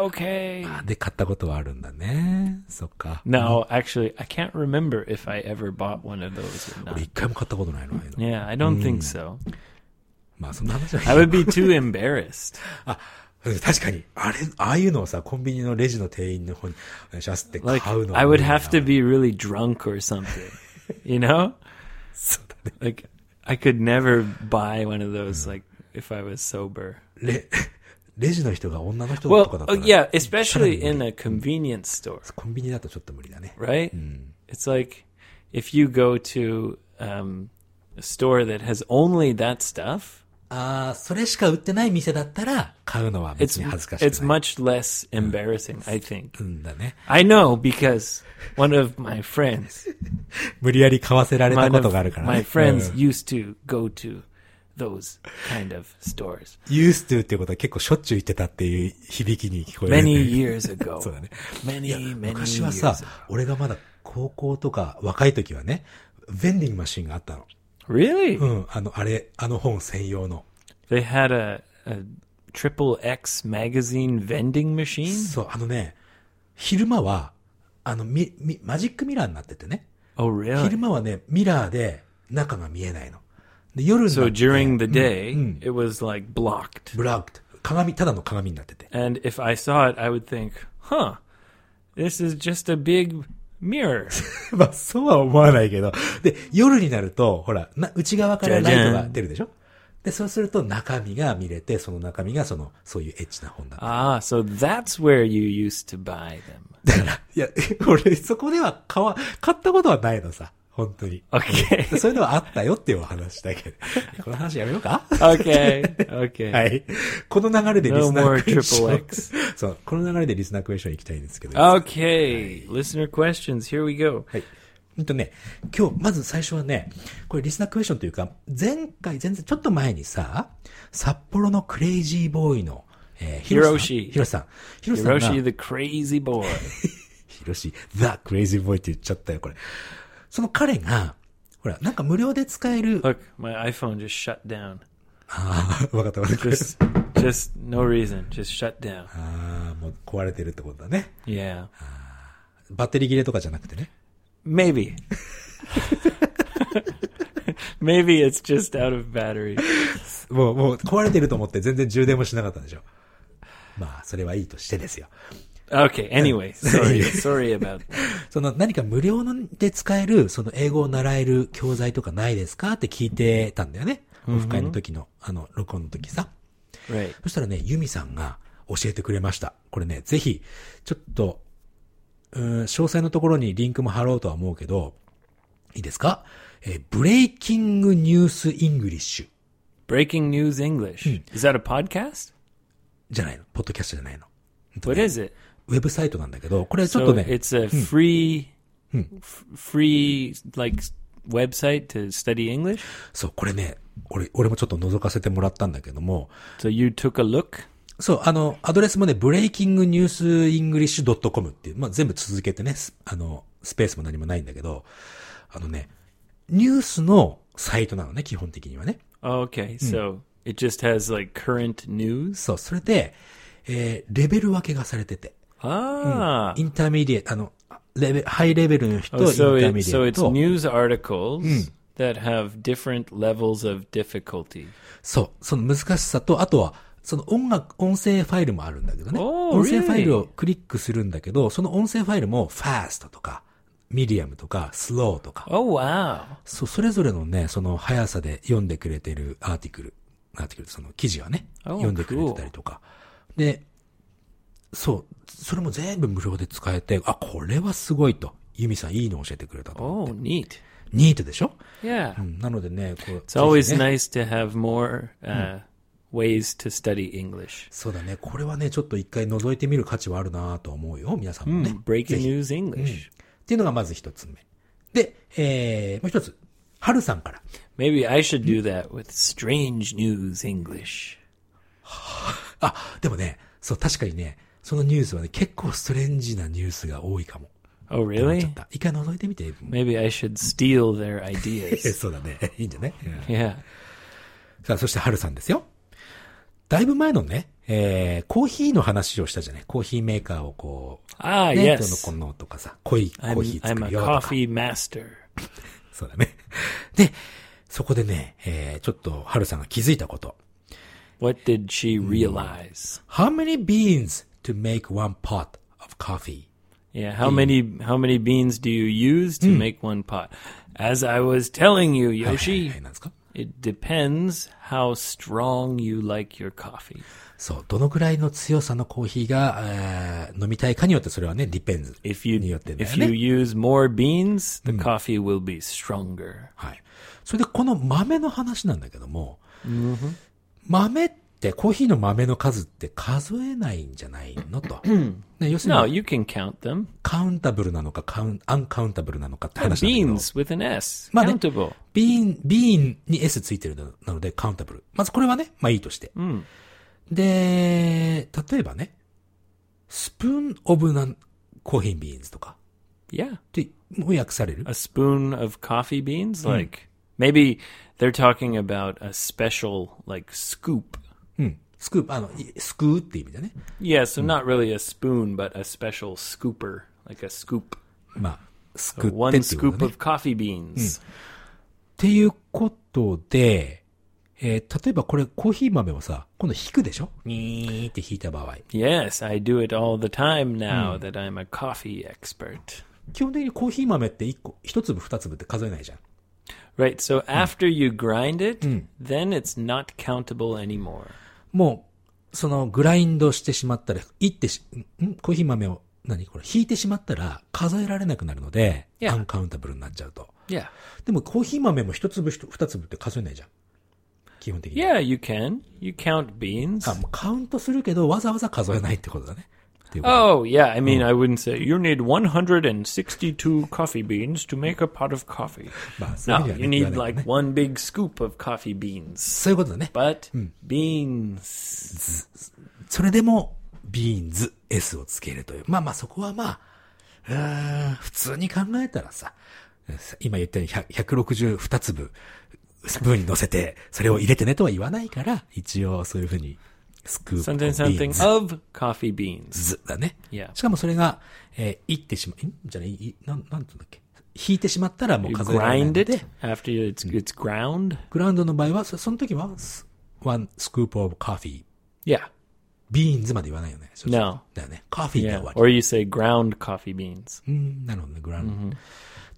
A: Okay.
B: あで、買ったことはあるんだね。そっか。
A: No, actually, I can't remember if I ever bought one of those or
B: 俺
A: not.
B: 一回も買ったことないの。ああいうの
A: Yeah, I don't think so.
B: まあ、そんな話
A: I
B: は
A: would be too embarrassed.
B: あ、うん確かに。あれ、ああいうのをさ、コンビニのレジの店員の方に、お願いしますって買
A: Like
B: うの
A: I
B: 無
A: would
B: 理だな
A: have to be really drunk or something, you know? Like I could never buy one of those like if I was sober.
B: レ、 レジの人が女の人とか
A: Well,
B: だった
A: oh,
B: ら、
A: yeah, especially in a convenience store,
B: コンビニだとちょっと無理だね。
A: right? It's like if you go to um, a store that has only that stuff,
B: ああ、それしか売ってない店だったら、買うのは
A: it's
B: 別に恥ずかしくない。
A: it's much less embarrassing, I think.
B: うんだね。
A: I know because one of my friends
B: 無理やり買わせられた
A: One
B: こ
A: of
B: とがあるからね。
A: my friends
B: うん
A: used to go to those kind of stores
B: ユーストゥっていうことは結構しょっちゅう言ってたっていう響きに聞こえる。
A: many years ago.
B: そうだね。いや
A: Many, many
B: 昔は
A: years
B: さ
A: ago.、
B: 俺がまだ高校とか若い時はね、ベンディングマシンがあったの。
A: Really?
B: うん、あの、あれ、あの本専用の。
A: They had a, a triple X magazine vending machine?
B: そう、あのね、昼間は、あの、み、み、マジックミラーになっててね。
A: Oh,
B: 昼
A: really?
B: 間はね、ミラーで中が見えないの。で、夜にな
A: So
B: って
A: during the day, it was like blocked.
B: ブラック、鏡、ただの鏡になってて。
A: And if I saw it, I would think, huh, this is just a big mirror.
B: まあ、そうは思わないけど。で、夜になると、ほら、な内側からライトが出るでしょで、そうすると中身が見れて、その中身がその、そういうエッチな本だ。
A: ah, so that's where you used to buy them.
B: だから、いや、 俺、そこでは買わ、買ったことはないのさ。本当に。
A: Okay.
B: でそういうのはあったよっていうお話だけど。 この話やめようか
A: Okay. Okay.
B: はい。この流れでリスナ
A: No
B: ー
A: more
B: クエスチョ
A: triple
B: ン。 そう、この流れでリスナークエスチョン行きたいんですけど。
A: Okay, listener questions. Here we go.
B: はい。うんとね、今日、まず最初はね、これリスナークエスチョンというか、前回、前々、ちょっと前にさ、札幌のクレイジーボーイの、えー、ヒ
A: ヒ
B: ヒロ
A: ロ
B: シさん。ヒロシさんが。
A: Hiroshi the crazy boy.
B: ヒロシ、ザ・クレイジーボーイって言っちゃったよ、これ。その彼が、ほら、なんか無料で使える、
A: Look, my iPhone just shut down.
B: ああ、わかったわかった。
A: Just, just no reason. Just shut down.
B: ああ、もう壊れてるってことだね。
A: Yeah,
B: バッテリー切れとかじゃなくてね。
A: maybe. maybe it's just out of battery.
B: もう、もう壊れてると思って全然充電もしなかったんでしょ。まあ、それはいいとしてですよ。
A: Okay. Anyway, sorry, sorry about that.
B: その何か無料ので使える、その英語を習える教材とかないですかって聞いてたんだよね。オフ会の時の、あの、録音の時さ。
A: Right.
B: そしたらね、ユミさんが教えてくれました。これね、ぜひ、ちょっと、うーん、詳細のところにリンクも貼ろうとは思うけど、いいですかえーブレイキングニュースイングリッシュ
A: Breaking news English. Is that a podcast?
B: じゃないの。ポッドキャストじゃないの。
A: What is it?
B: ウェブサイトなんだけど、これちょ
A: So
B: っとね、
A: it's a free, f- free like website to study English.
B: そう、これね、俺、俺もちょっと覗かせてもらったんだけども、
A: So you took a look.
B: そう、あの、アドレスもね、breakingnewsenglish.com っていう、まあ、全部続けてね、すあの、スペースも何もないんだけど、あのね、ニュースのサイトなのね、基本的にはね。
A: Oh, okay, so it just has like current news.
B: そう、それで、えーレベル分けがされてて、
A: Ah,
B: インターミディエ、あの、レベル、ハイレベルの人、イ
A: oh,
B: ンタ
A: so
B: ーミ
A: it,
B: デ
A: so
B: ィエ
A: it's
B: と、
A: news articles that have different levels of difficulty.
B: そう。その難しさと、あとは、その音楽、音声ファイルもあるんだけどね。
A: Oh,
B: 音声ファイル
A: really?
B: をクリックするんだけど、その音声ファイルも fast とか、medium とか、slow とか。
A: Oh, wow.
B: そう、それぞれのね、その速さで読んでくれてるアーティクル、アーティクル、その記事はね、
A: Oh,
B: 読んでくれてたりとか。で、そう、それも全部無料で使えて、あ、これはすごいと。ユミさんいいの教えてくれたと思
A: Oh,
B: って。
A: neat.
B: ニートでしょ、
A: Yeah.
B: うん、なのでね、こう。
A: It's always
B: ぜひね
A: nice to have more uh, ways to study English.
B: そうだね。これはね、ちょっと一回覗いてみる価値はあるなと思うよ。皆さんもね。
A: Breaking
B: ぜひ
A: news
B: Hmm.
A: English.
B: っていうのがまず一つ目。で、えー、もう一つ。はるさんから。
A: Maybe I should do that with strange news English.
B: あ、でもね、そう、確かにね、そのニュースはね、結構ストレンジなニュースが多いかも。
A: Oh,
B: ちょっ
A: really?
B: と一回覗いてみて。
A: Maybe I should steal their
B: え
A: ideas.
B: そうだね。 いいんじゃない、うん
A: yeah.
B: さあ、そしてはるさんですよ。だいぶ前のね、えー、コーヒーの話をしたじゃないコーヒーメーカーをこう、
A: Ah,
B: ね、どう
A: yes.
B: のこのとかさ、濃いコ
A: I'm,
B: ーヒー
A: I'm
B: 作る
A: a
B: よとか。
A: coffee master.
B: そうだね。 で、そこでね、えー、ちょっとはるさんが気づいたこと。
A: What did she realize?
B: How many beans to make one pot of coffee?
A: Yeah, how many how many beans do you use to make one pot? As I was telling you,
B: はいは
A: Yoshi,
B: い、なんですか
A: it depends how strong you like your coffee.
B: そう、どのぐらいの強さのコーヒーが、えー飲みたいかによってそれはね、ディペンズ。
A: If you
B: によってだ
A: if
B: よ
A: you Hmm.
B: ね。
A: use more beans, the coffee will be stronger.
B: はい。それでこの豆の話なんだけども、豆って、コーヒーの豆の数って数えないんじゃない のと。ね要する
A: No,
B: に、
A: you can count them.
B: カウンタブルなのか、カウン、アンカウンタブルなのかって話なんだけど。
A: Beans with an S,
B: まあね
A: countable.
B: ビーン、ビーンに S ついてるのなので、カウンタブル。まずこれはね、まあいいとして。で、例えばね、スプーンオブなコーヒービーンズとか、
A: Yeah,
B: って、もう訳される
A: a spoon of coffee beans. Like maybe they're talking about a special like scoop.
B: うん。スクープ、あの、いすくうって意味だね。
A: Yeah, so not really a spoon, but a special scooper, like a scoop.
B: まあ、すくってって
A: One
B: いうこと
A: scoop
B: だね。っ
A: of coffee beans.
B: ていうことで、えー例えばこれコーヒー豆をさ、今度引くでしょにーって引いた場合。
A: Yes, I do it all the time now that I'm a coffee expert.
B: 基本的にコーヒー豆って一個、一粒二粒って数えないじゃん。
A: Right, so after you grind it, then it's not countable anymore.
B: もう、そのグラインドしてしまったら、いってし、んんコーヒー豆を、何これ、引いてしまったら数えられなくなるので、
A: Yeah.
B: アンカウンタブルになっちゃうと。
A: Yeah.
B: でもコーヒー豆も一粒一二粒って数えないじゃん。基本的に。
A: Yeah, you can. You count beans.
B: あもうカウントするけど、わざわざ数えないってことだね。っていうこと
A: Oh, yeah. I mean, I wouldn't say you need 162 coffee beans to make a pot of coffee.
B: まあ、そういう
A: No,
B: ふうに
A: you
B: はね言わ
A: need
B: な
A: like
B: いね。
A: one big scoop of coffee beans.
B: そういうことだね。
A: But beans.
B: それでも、ビーンズ、S をつけるという。まあまあ、そこはまあ、うーん普通に考えたらさ、今言ったように100 162粒、スプーンに乗せて、それを入れてねとは言わないから、一応そういうふうに、スクープ。
A: Something,
B: ビ
A: something
B: ーンズ
A: of coffee beans.
B: ズだね。
A: Yeah.
B: しかもそれが、えー、いってしまう、んじゃない、いなん、なんつうんだっけ。引いてしまったらもう
A: You
B: 数えられない
A: grind
B: ので。
A: it after it's it's ground.
B: グラウンドの場合は、そその時は、ス one scoop of coffee。
A: Yeah.
B: ビーンズまで言わないよね。そうそう
A: No.
B: だよね。コーヒー
A: Yeah.
B: が終わ
A: Or
B: り。
A: you say ground coffee beans.
B: うん、なるほどね、グラウンド。っ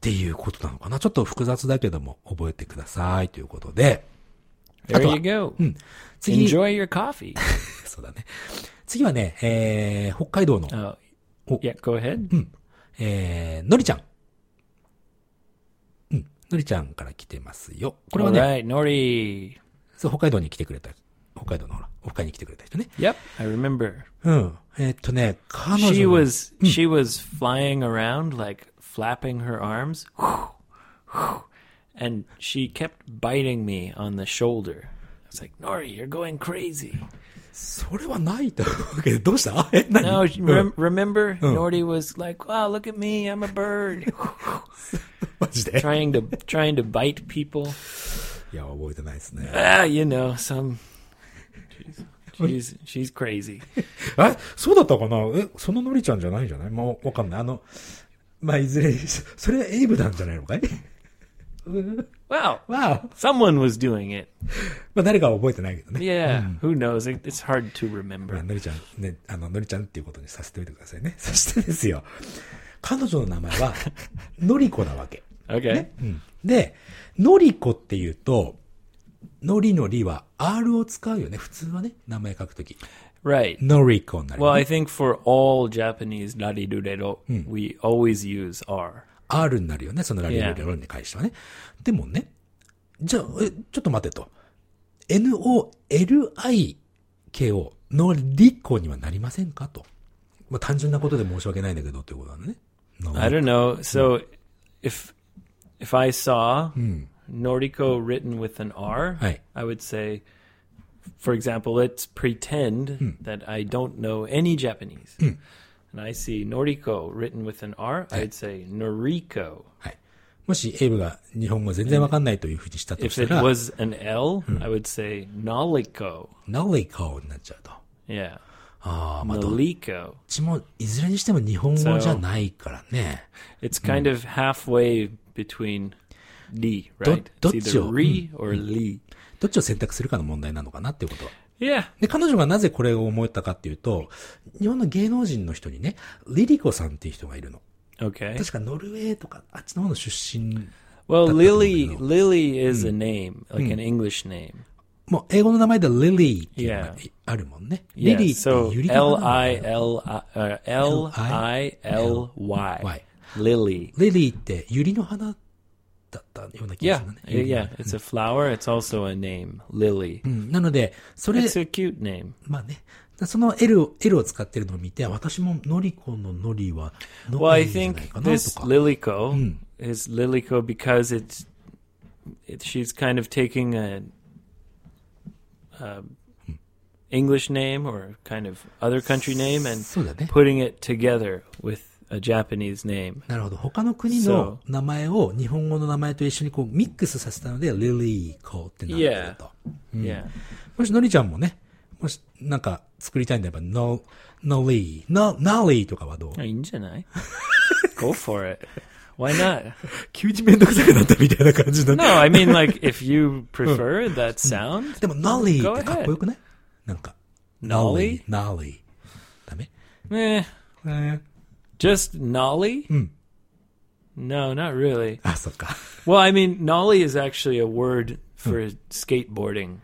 B: ていうことなのかな。ちょっと複雑だけども、覚えてください。ということで、
A: There
B: Atwa.
A: you go.
B: 次、
A: Enjoy your coffee.
B: そうだね。次はね、えー、北海道の、
A: Oh, Hmm.
B: Oh.
A: yeah. Go ahead.
B: えー、のりちゃん。うん、のりちゃんから来てますよ。これは
A: All
B: ね、
A: right, Nori.
B: そう、北海道に来てくれた、北海道のほら、オフ会に来てくれた人ね。
A: Yep, I remember.
B: うん。えーっとね、彼女の
A: She was she was flying around like flapping her arms, and she kept biting me on the shoulder. I was like, Nori, you're going crazy.
B: それはないと思うけど、どうしたえ、何
A: No,
B: うん
A: rem- remember, Nordy was like, "Wow, look at me! I'm a bird,"
B: マジで
A: trying to trying to bite people.
B: いや、覚えてないですね。
A: Ah, you know, some. She's she's crazy.
B: えそうだったかなえそののりちゃんじゃないんじゃないもうわかんない。あの、まあ、いずれにし、それはエイブなんじゃないのかい
A: Wow,
B: わあ、
A: someone was doing it.
B: まあ誰かは覚えてないけどね。
A: Yeah, who knows? It, it's hard to
B: まあ
A: remember.
B: のりちゃん、ね、あの、のりちゃんっていうことにさせておいてくださいね。そしてですよ、彼女の名前 は、のりこなわけ。
A: Okay.
B: うんで、のりこっていうと、のりのりは R を使うよね。普通はね、名前書くとき。
A: Right.
B: のりこになる
A: Well,
B: よね、
A: I think for all Japanese narirurero, we always use R.
B: R になるよね。そのラリルレロに関してはね。でもね、じゃあ、えちょっと待てと。N-O-L-I-K-O のりこにはなりませんかと。まあ、単純なことで申し訳ないんだけど、ということなのね。の
A: I don't know. So if if I saw Noriko written with an R, I
B: Aye.
A: would say, for example, let's pretend that I don't know any Japanese. And I see Noriko written with an R, would say Noriko.
B: はい。もし、エイブが日本語全然わかんないというふうにしたと
A: If
B: した
A: it
B: ら、
A: was an L, I would say Noliko.
B: のりこになっちゃうと。
A: Yeah.
B: ああ、まあ、どっ
A: Noliko.
B: ちも、いずれにしても日本語じゃないからね。
A: It's kind of halfway between li, right?
B: dot
A: it's either
B: yo.
A: re or li.
B: どっちを選択するかの問題なのかなっていうことは。
A: Yeah.
B: で、彼女がなぜこれを思ったかっていうと、日本の芸能人の人にね、リリコさんっていう人がいるの。
A: Okay.
B: 確かノルウェーとか、あっちの方の出身。
A: Well,
B: That's
A: Lily,
B: unbelievable.
A: Lily is a name, like an English name.
B: もう英語の名前でリリーっていうのがあるもんね。
A: Yeah.
B: リリーっ
A: so
B: てゆりか
A: L
B: ごな
A: I
B: んだよ
A: L I- uh, L I L Y.
B: Y.
A: Lily.
B: リリーってゆりの花だったような気
A: Yeah.
B: がするね。
A: Yeah. yeah. It's a flower. It's also a name. Lily.
B: うんなので、それ
A: It's、a cute name.
B: まあね、その L を、L を使ってるのを見て、私もノリコのノリは、ノ
A: Well,
B: リ
A: I
B: じゃない
A: think
B: かな
A: this
B: とか。
A: Lilico is Lilico because it's it, she's kind of taking a, a English name or kind of other country name and
B: そうだね。
A: putting it together with a Japanese name.
B: なるほど。他の国の名前を日本語の名前と一緒にこうミックスさせたので、リリーコってなってると。
A: Yeah.
B: もしのりちゃんもね、もしなんか作りたいんだれば、の、のりー、の、のりーとかはどう
A: いいんじゃない? Go for it. Why not?
B: 急にめんどくさくなったみたいな感じだ
A: No,
B: ね。
A: I mean like if you prefer that sound.
B: でも、のり
A: Go
B: ーってかっこよくないなんか、のりー、のりー。ダメ
A: Eh,
B: えー
A: just nolly? No, not really.
B: あ、そっか。
A: Well, I mean, nolly is actually a word for skateboarding.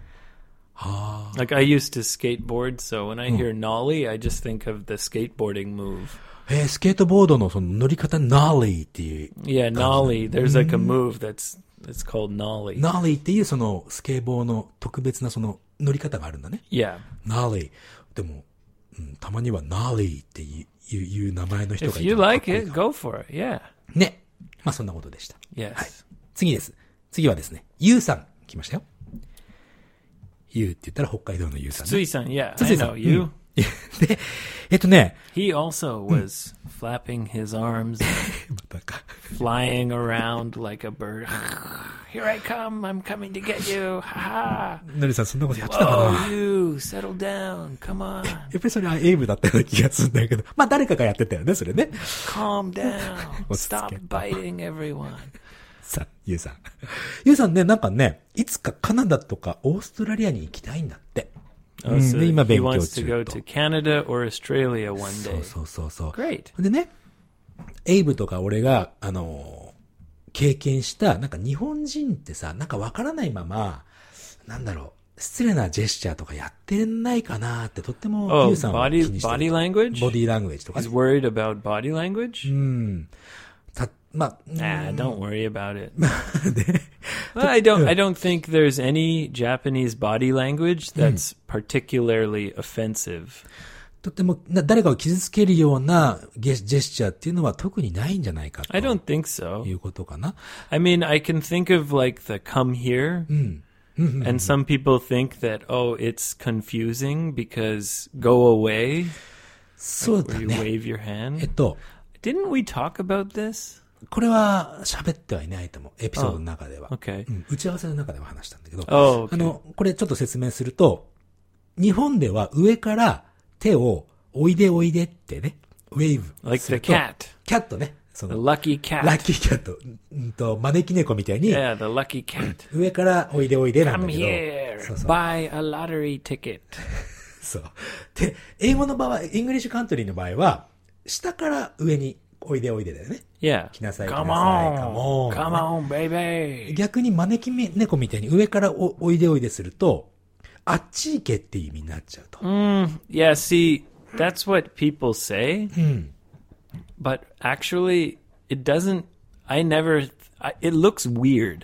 A: Like I used to skateboard, so when I hear nolly, I just think of the skateboarding move.
B: えースケートボードのその乗り方、ノリーっていう、
A: Yeah, nolly. There's like a move that's it's called nolly.
B: ノリーっていうそのスケボーの特別なその乗り方があるんだね。
A: Yeah.
B: ナーリー。でも、うん、たまにはナーリーっていういういう名前の人
A: If
B: がいて
A: you
B: もかっ
A: like
B: こいい
A: it, go for it. Yeah.
B: ね。まあそんなことでした。
A: Yes.
B: 次です。次はですね、ゆうさん来ましたよ。ゆうって言ったら北海道のゆうさん、ね。
A: Tsui-san, yeah. I Hmm.
B: Tsui-san,
A: know you.
B: で、えっとね、
A: He also was flapping his arms,
B: またか。
A: flying around like a bird. Here I come. I'm coming to get you. Ha ha.
B: のりさんそんなことやってたかな
A: Oh, you. Settle down. Come on.
B: やっぱりそれはエイブだったような気がするんだけど。まあ誰かがやってたよね、それね。
A: Calm down.
B: What's
A: Stop
B: this game?
A: biting everyone.
B: さあ、ゆうさん。ゆうさんね、なんかね、いつかカナダとかオーストラリアに行きたいんだって。
A: Oh, so
B: で、今
A: he
B: 勉強
A: wants to go
B: 中と
A: to。Canada or Australia one
B: そ
A: day.
B: うそうそうそう。
A: Great.
B: でね、エイブとか俺が、あのー経験した、なんか日本人ってさ、なんかわからないまま、なんだろう、失礼なジェスチャーとかやってないかなって、とっても、ゆ
A: Oh,
B: うさんは気
A: body
B: にしてる
A: body language.
B: ボディーラングエージとか
A: He's
B: ね。
A: worried about body language.
B: た まあ、うん
A: Nah, don't worry about it. Well, I don't. I don't think there's any Japanese body language that's particularly offensive.
B: とっても、な誰かを傷つけるようなゲジェスチャーっていうのは特にないんじゃないか
A: I
B: と
A: don't think so.
B: いうことかな。
A: I mean, I can think of like the "come here," and some people think that oh, it's confusing because "go away"
B: そうだ
A: where you
B: ね。
A: wave your
B: え
A: hand.
B: っと、
A: Didn't we talk about this?
B: これは喋ってはいないと思う。エピソードの中では。
A: Okay.
B: うん打ち合わせの中では話したんだけど、
A: Oh,
B: あ
A: okay.
B: の、これちょっと説明すると、日本では上から手をおいでおいでってね、ウェーブ
A: like
B: する
A: the
B: と。
A: cat.
B: キャットね。そ
A: The
B: の、
A: lucky cat.
B: ラッキーキャット、うんと、招き猫みたいに、
A: yeah, the lucky cat.
B: 上からおいでおいでなんだ
A: Come
B: けど、
A: here.
B: そうそう
A: Buy a lottery ticket.
B: そう。で、英語の場合、イングリッシュカントリーの場合は、下から上においでおいでだよね。
A: Yeah.
B: 来なさい、
A: Come
B: 来なさい、
A: on.
B: come on。
A: Come on, baby.
B: 逆に招き猫みたいに上からおおいでおいですると、あっち行けって意味になっちゃうと。
A: Mm, yeah, see, that's what people say. But actually, it doesn't. I never. I, it looks weird.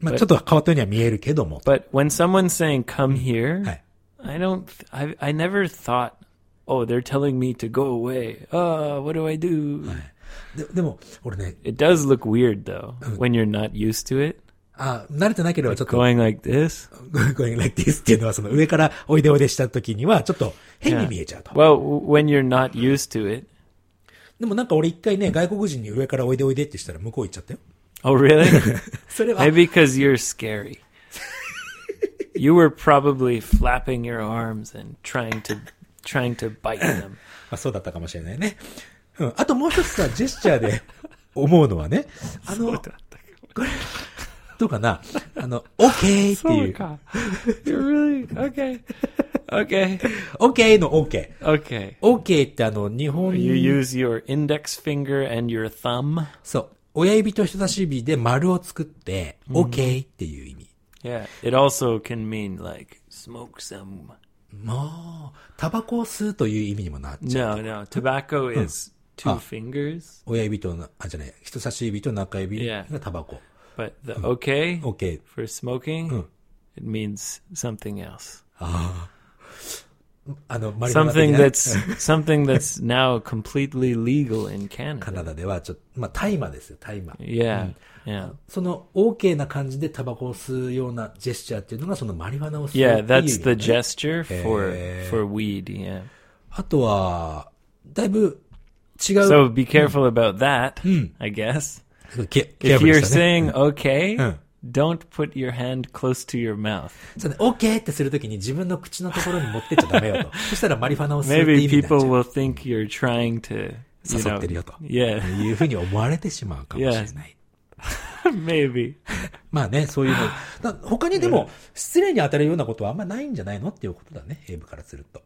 B: まあちょっと変わったようには見えるけども。
A: But when someone's saying, come
B: は
A: here,
B: い。
A: I don't. th- I, I never thought, oh, they're telling me to go away. Uh, what do I do?
B: ででも、俺ね、
A: It does look weird, though, when you're not used to it.
B: あ慣れてなければちょっと、
A: Going like this.
B: going like this っていうのは、その上からおいでおいでした時には、ちょっと変に見えちゃうと。
A: Well, w- when you're not used to it.
B: でもなんか俺一回ね、外国人に上からおいでおいでってしたら向こう行っちゃったよ。
A: Oh, really?
B: それは、
A: Maybe because you're scary. you were probably flapping your arms and trying to trying to bite them.
B: まあ、そうだったかもしれないね。うん。あともう一つさ、ジェスチャーで思うのはね、あの、どうかな、あの、OK っていう、
A: Oh You're really okay. Okay.
B: OK の OK。
A: Okay.
B: OK ってあの、日本
A: You use your index finger and your thumb.
B: そう、親指と人差し指で丸を作って、OK っていう意味。
A: Yeah. It also can mean like smoke some.
B: まあ、タバコを吸うという意味にもなっちゃ
A: No,
B: う。
A: no. Tobacco is two
B: Ah.
A: fingers,
B: 親指とな、あ、じゃない、人差し指と中指が
A: Yeah.
B: タバコ。
A: but the okay
B: OK。
A: for smoking it means something else.
B: あの、マリナナ的
A: something
B: なね
A: that's something that's now completely legal in
B: カ
A: Canada.
B: ナダではちょっと、まあ、大麻ですよ、大麻。
A: Yeah, yeah,
B: その OK な感じでタバコを吸うようなジェスチャーっていうのがそのマリファナを吸うっていう意
A: yeah.
B: 味なんだね
A: That's the gesture for
B: Eh.
A: for weed. Yeah.
B: あとは、だいぶ違う。
A: So mm. be careful about that. I guess
B: け
A: if you're
B: したね
A: saying okay,
B: Mm.
A: don't put your hand close to your mouth.
B: そうね OK ってするときに自分の口のところに持ってっちゃダメよ と。そしたらマリファナを吸うって意
A: Maybe
B: 味になっちゃ
A: people
B: う。
A: will think you're trying to. You know,
B: 誘ってるよと。
A: yeah,
B: いうふうに思われてしまうかも しれない。
A: Mm. maybe.
B: まあね、そういうの。 だ他にでも、失礼に当たるようなことはあんまないんじゃないのっていうことだね、英語からすると。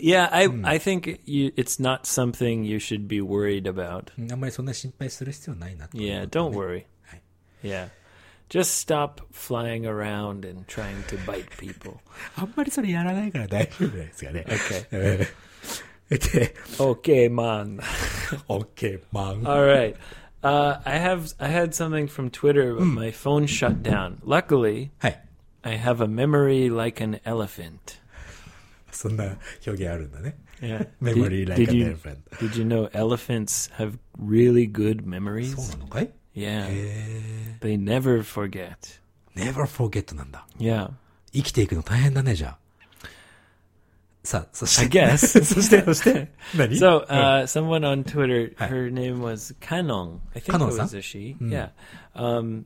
A: Yeah, I I think you, it's not something you should be worried about.
B: うんあんまりそんな心配する必要ないなと思う
A: Yeah, don't worry.
B: Right.
A: Yeah. Just stop flying around and trying to bite people.
B: あんまりそれやらないから大丈夫じゃないですかね。
A: Okay.
B: えー で、
A: Okay, man.
B: OK, マン。
A: All right. Uh, I have I had something from Twitter,
B: Hmm.
A: but my phone shut down. Luckily,
B: はい。
A: I have a memory like an elephant.
B: そんな表現あるんだね。
A: Yeah.
B: Memory
A: Did-
B: like
A: did
B: an
A: you-
B: elephant.
A: Did you know elephants have really good
B: そう
A: memories?
B: なのかい
A: Yeah.
B: え
A: They never forget.
B: ー、never forget なんだ。
A: Yeah.
B: 生きていくの大変だね、じゃあ。さあ、そして。
A: I guess.
B: そ して、そして。何
A: So
B: う
A: uh,
B: ん
A: someone on Twitter,
B: はい。
A: her name was Kanong. I think it was
B: カノンさん？
A: a she. Yeah. Um,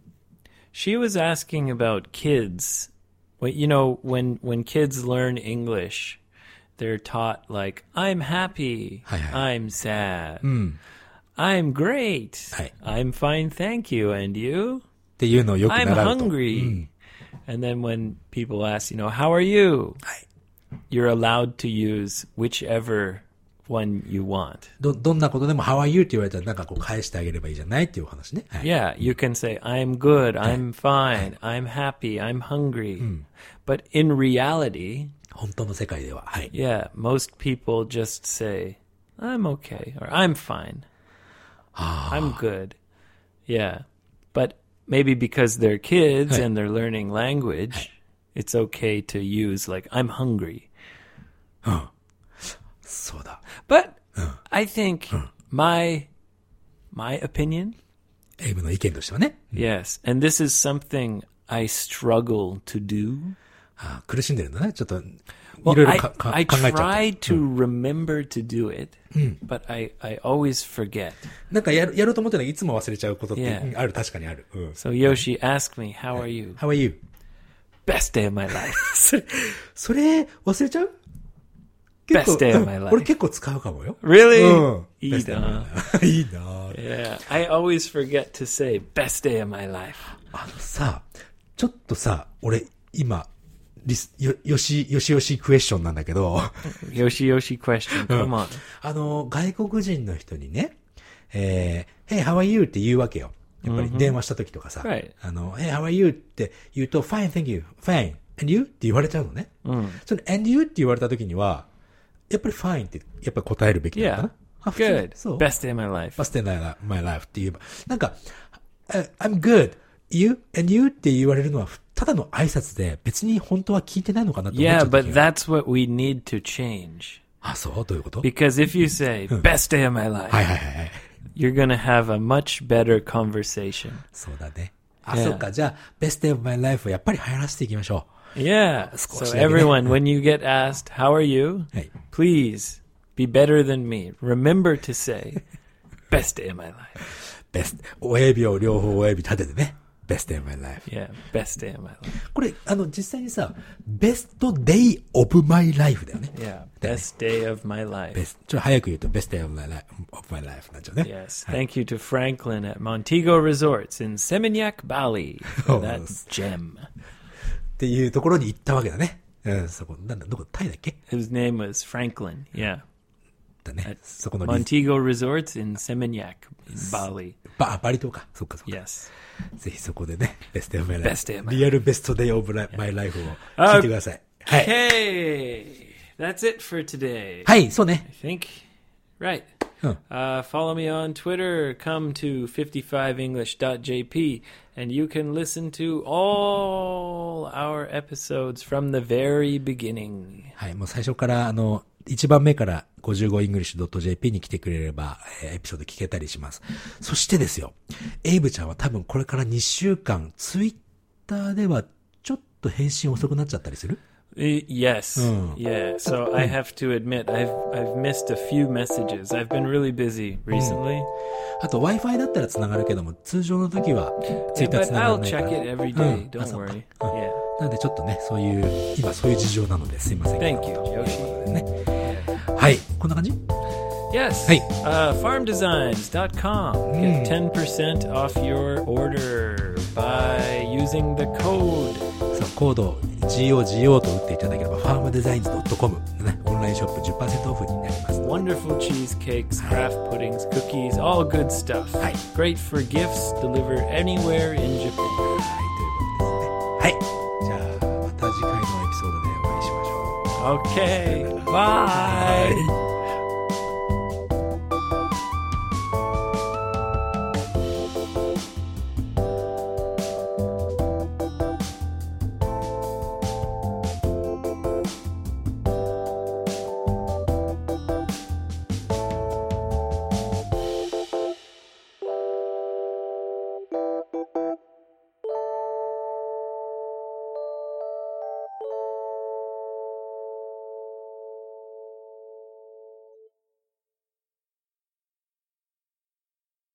A: she was asking about kids. Well, you know, when when kids learn English, they're taught like I'm happy,
B: はいはい。
A: I'm sad, I'm great,
B: はい。
A: I'm fine, thank you, and you,
B: っていうのをよく
A: I'm
B: 習うと。
A: hungry. And then when people ask, you know, how are you?
B: はい。
A: You're allowed to use whichever one you want.
B: ど、どんなことでも、How are you? って言われたら、なんかこう返してあげればいいじゃないっていうお話ね。はい。
A: Yeah, you can say, I'm good, I'm fine, I'm happy, I'm hungry. But in reality,
B: 本当の世界では。はい。
A: yeah, most people just say, I'm okay, or I'm fine, I'm good. Yeah. But maybe because they're kids and they're learning language, it's okay to use, like, I'm hungry.
B: そうだ。
A: But I think my. My opinion?
B: エイブの意見としてはね。
A: Yes. And this is something I struggle to do.
B: あー苦しんでるんだね。ちょっと、い
A: Well,
B: ろいろ
A: I,
B: かか考
A: I
B: えちゃった。
A: try to remember to do it, but I, I always forget.
B: なんかやる、やろうと思ってないいつも忘れちゃうことって、
A: Yeah.
B: うんある、確かにある。うん。
A: So Yoshi asked me, "How are you?"
B: How are you?
A: Best day of my life.
B: それ、それ、忘れちゃう
A: Best day of my
B: うん
A: life.
B: 俺結構使うかもよ。
A: Really?
B: うん。
A: いい
B: Oh, Best day of my
A: な。
B: life. いいな
A: Yeah, I always forget to say best day of my life.
B: あのさ、ちょっとさ、俺、今、リス、よ、よし、よしよしクエスチョンなんだけど、
A: Yoshi Yoshi question.
B: Oh.
A: Come on.
B: あの、外国人の人にね、えー、Hey, how are you? って言うわけよ。やっぱり電話した時とかさ、
A: Right.
B: あの、Hey, how are you? って言うと、Fine, thank you, fine, and you? って言われちゃうのね。その、and you? って言われた時には、やっぱり fine って、やっぱり答えるべきなのか
A: Yeah.
B: な。あ普通に
A: Good.
B: そう。
A: Best day of my life.
B: Best in my life って言えば、なんか、え I'm good, you and you って言われるのは、ただの挨拶で、別に本当は聞いてないのかなって思っちゃ
A: Yeah,
B: う時が
A: but that's what we need to change.
B: あ、そうどういうことはい
A: Because if you say best day of my
B: は
A: life,
B: いはいはい。
A: you're going to have a much better conversation.
B: そうだね。あ、
A: Yeah.
B: そっか。じゃあ、best day of my life をやっぱり流行らせていきましょ
A: Yeah.
B: course,
A: So
B: yeah,
A: everyone, when you get asked, how are you?
B: う。はい。
A: Please be better than me. Remember to say best day of my life.
B: best, 親指を両方親指立ててね。best day of my life。
A: Yeah. Best day of my life.
B: これ、あの、実際にさ、best day of my life だよね。
A: Yeah. Best day of my life.
B: best, ちょっと早く言うと best day of my life, of my life になっちゃうね。
A: Yes. Thank you to Franklin at Montego Resorts in Seminyak, Bali for
B: Oh,
A: that
B: yes.
A: gem.
B: っていうところに行ったわけだね。うん、そこ、なんだ、どこ、タイだっけ
A: His name was Franklin. Yeah.
B: だね。そこのリ
A: Montego Resorts in Seminyak, in Bali.
B: バ、バリ島か。そっかそっか。
A: Yes.
B: ぜひそこでね、ベストデイオブライフ。
A: Best day of my life
B: リアルベストデイオブラマイライフを聞いてください。はい。
A: Okay. That's it for today.
B: はい、そうね
A: I。think. Right.
B: Huh.
A: Uh, follow me on Twitter. Come to 55english.jp and you can listen to all our episodes from the very beginning.
B: はい、もう最初から、あの、1番目から55 english.jp に来てくれれば、えーエピソード聞けたりします。そしてですよ、エイブちゃんは多分これから2週間、ツイッターではちょっと返信遅くなっちゃったりする
A: Uh, yes.
B: Hmm.
A: Yeah. So I have to admit I've I've missed a few messages. I've been really busy recently.
B: あと Wi-Fi だったら繋がるけども、通常の時はツイ
A: Yeah,
B: ッター
A: but
B: 繋がら
A: I'll
B: ないから。
A: check it every
B: う
A: day.
B: ん
A: Don't
B: あそっ
A: worry.
B: かうん
A: Yeah.
B: なのでちょっとね、そういう、今そういう事情なのですいませんけど。
A: Thank you, Yoshi.
B: ね。はい。こんな感じ
A: Yes.
B: Hey. Hmm.
A: Uh, farmdesigns.com. Get 10% off your order by using the code.
B: そう、コード GOGO と打っていただければ、ファームデザインズ .com のね、オンラインショップ10%オフになります。
A: Wonderful cheesecakes, craft puddings, cookies, all good stuff.
B: Hey.
A: Great for gifts, delivered anywhere in Japan.
B: はい、ということですね。はい。じゃあ、また次回のエピソードでお会いし
A: Okay. Bye.
B: ましょう。はい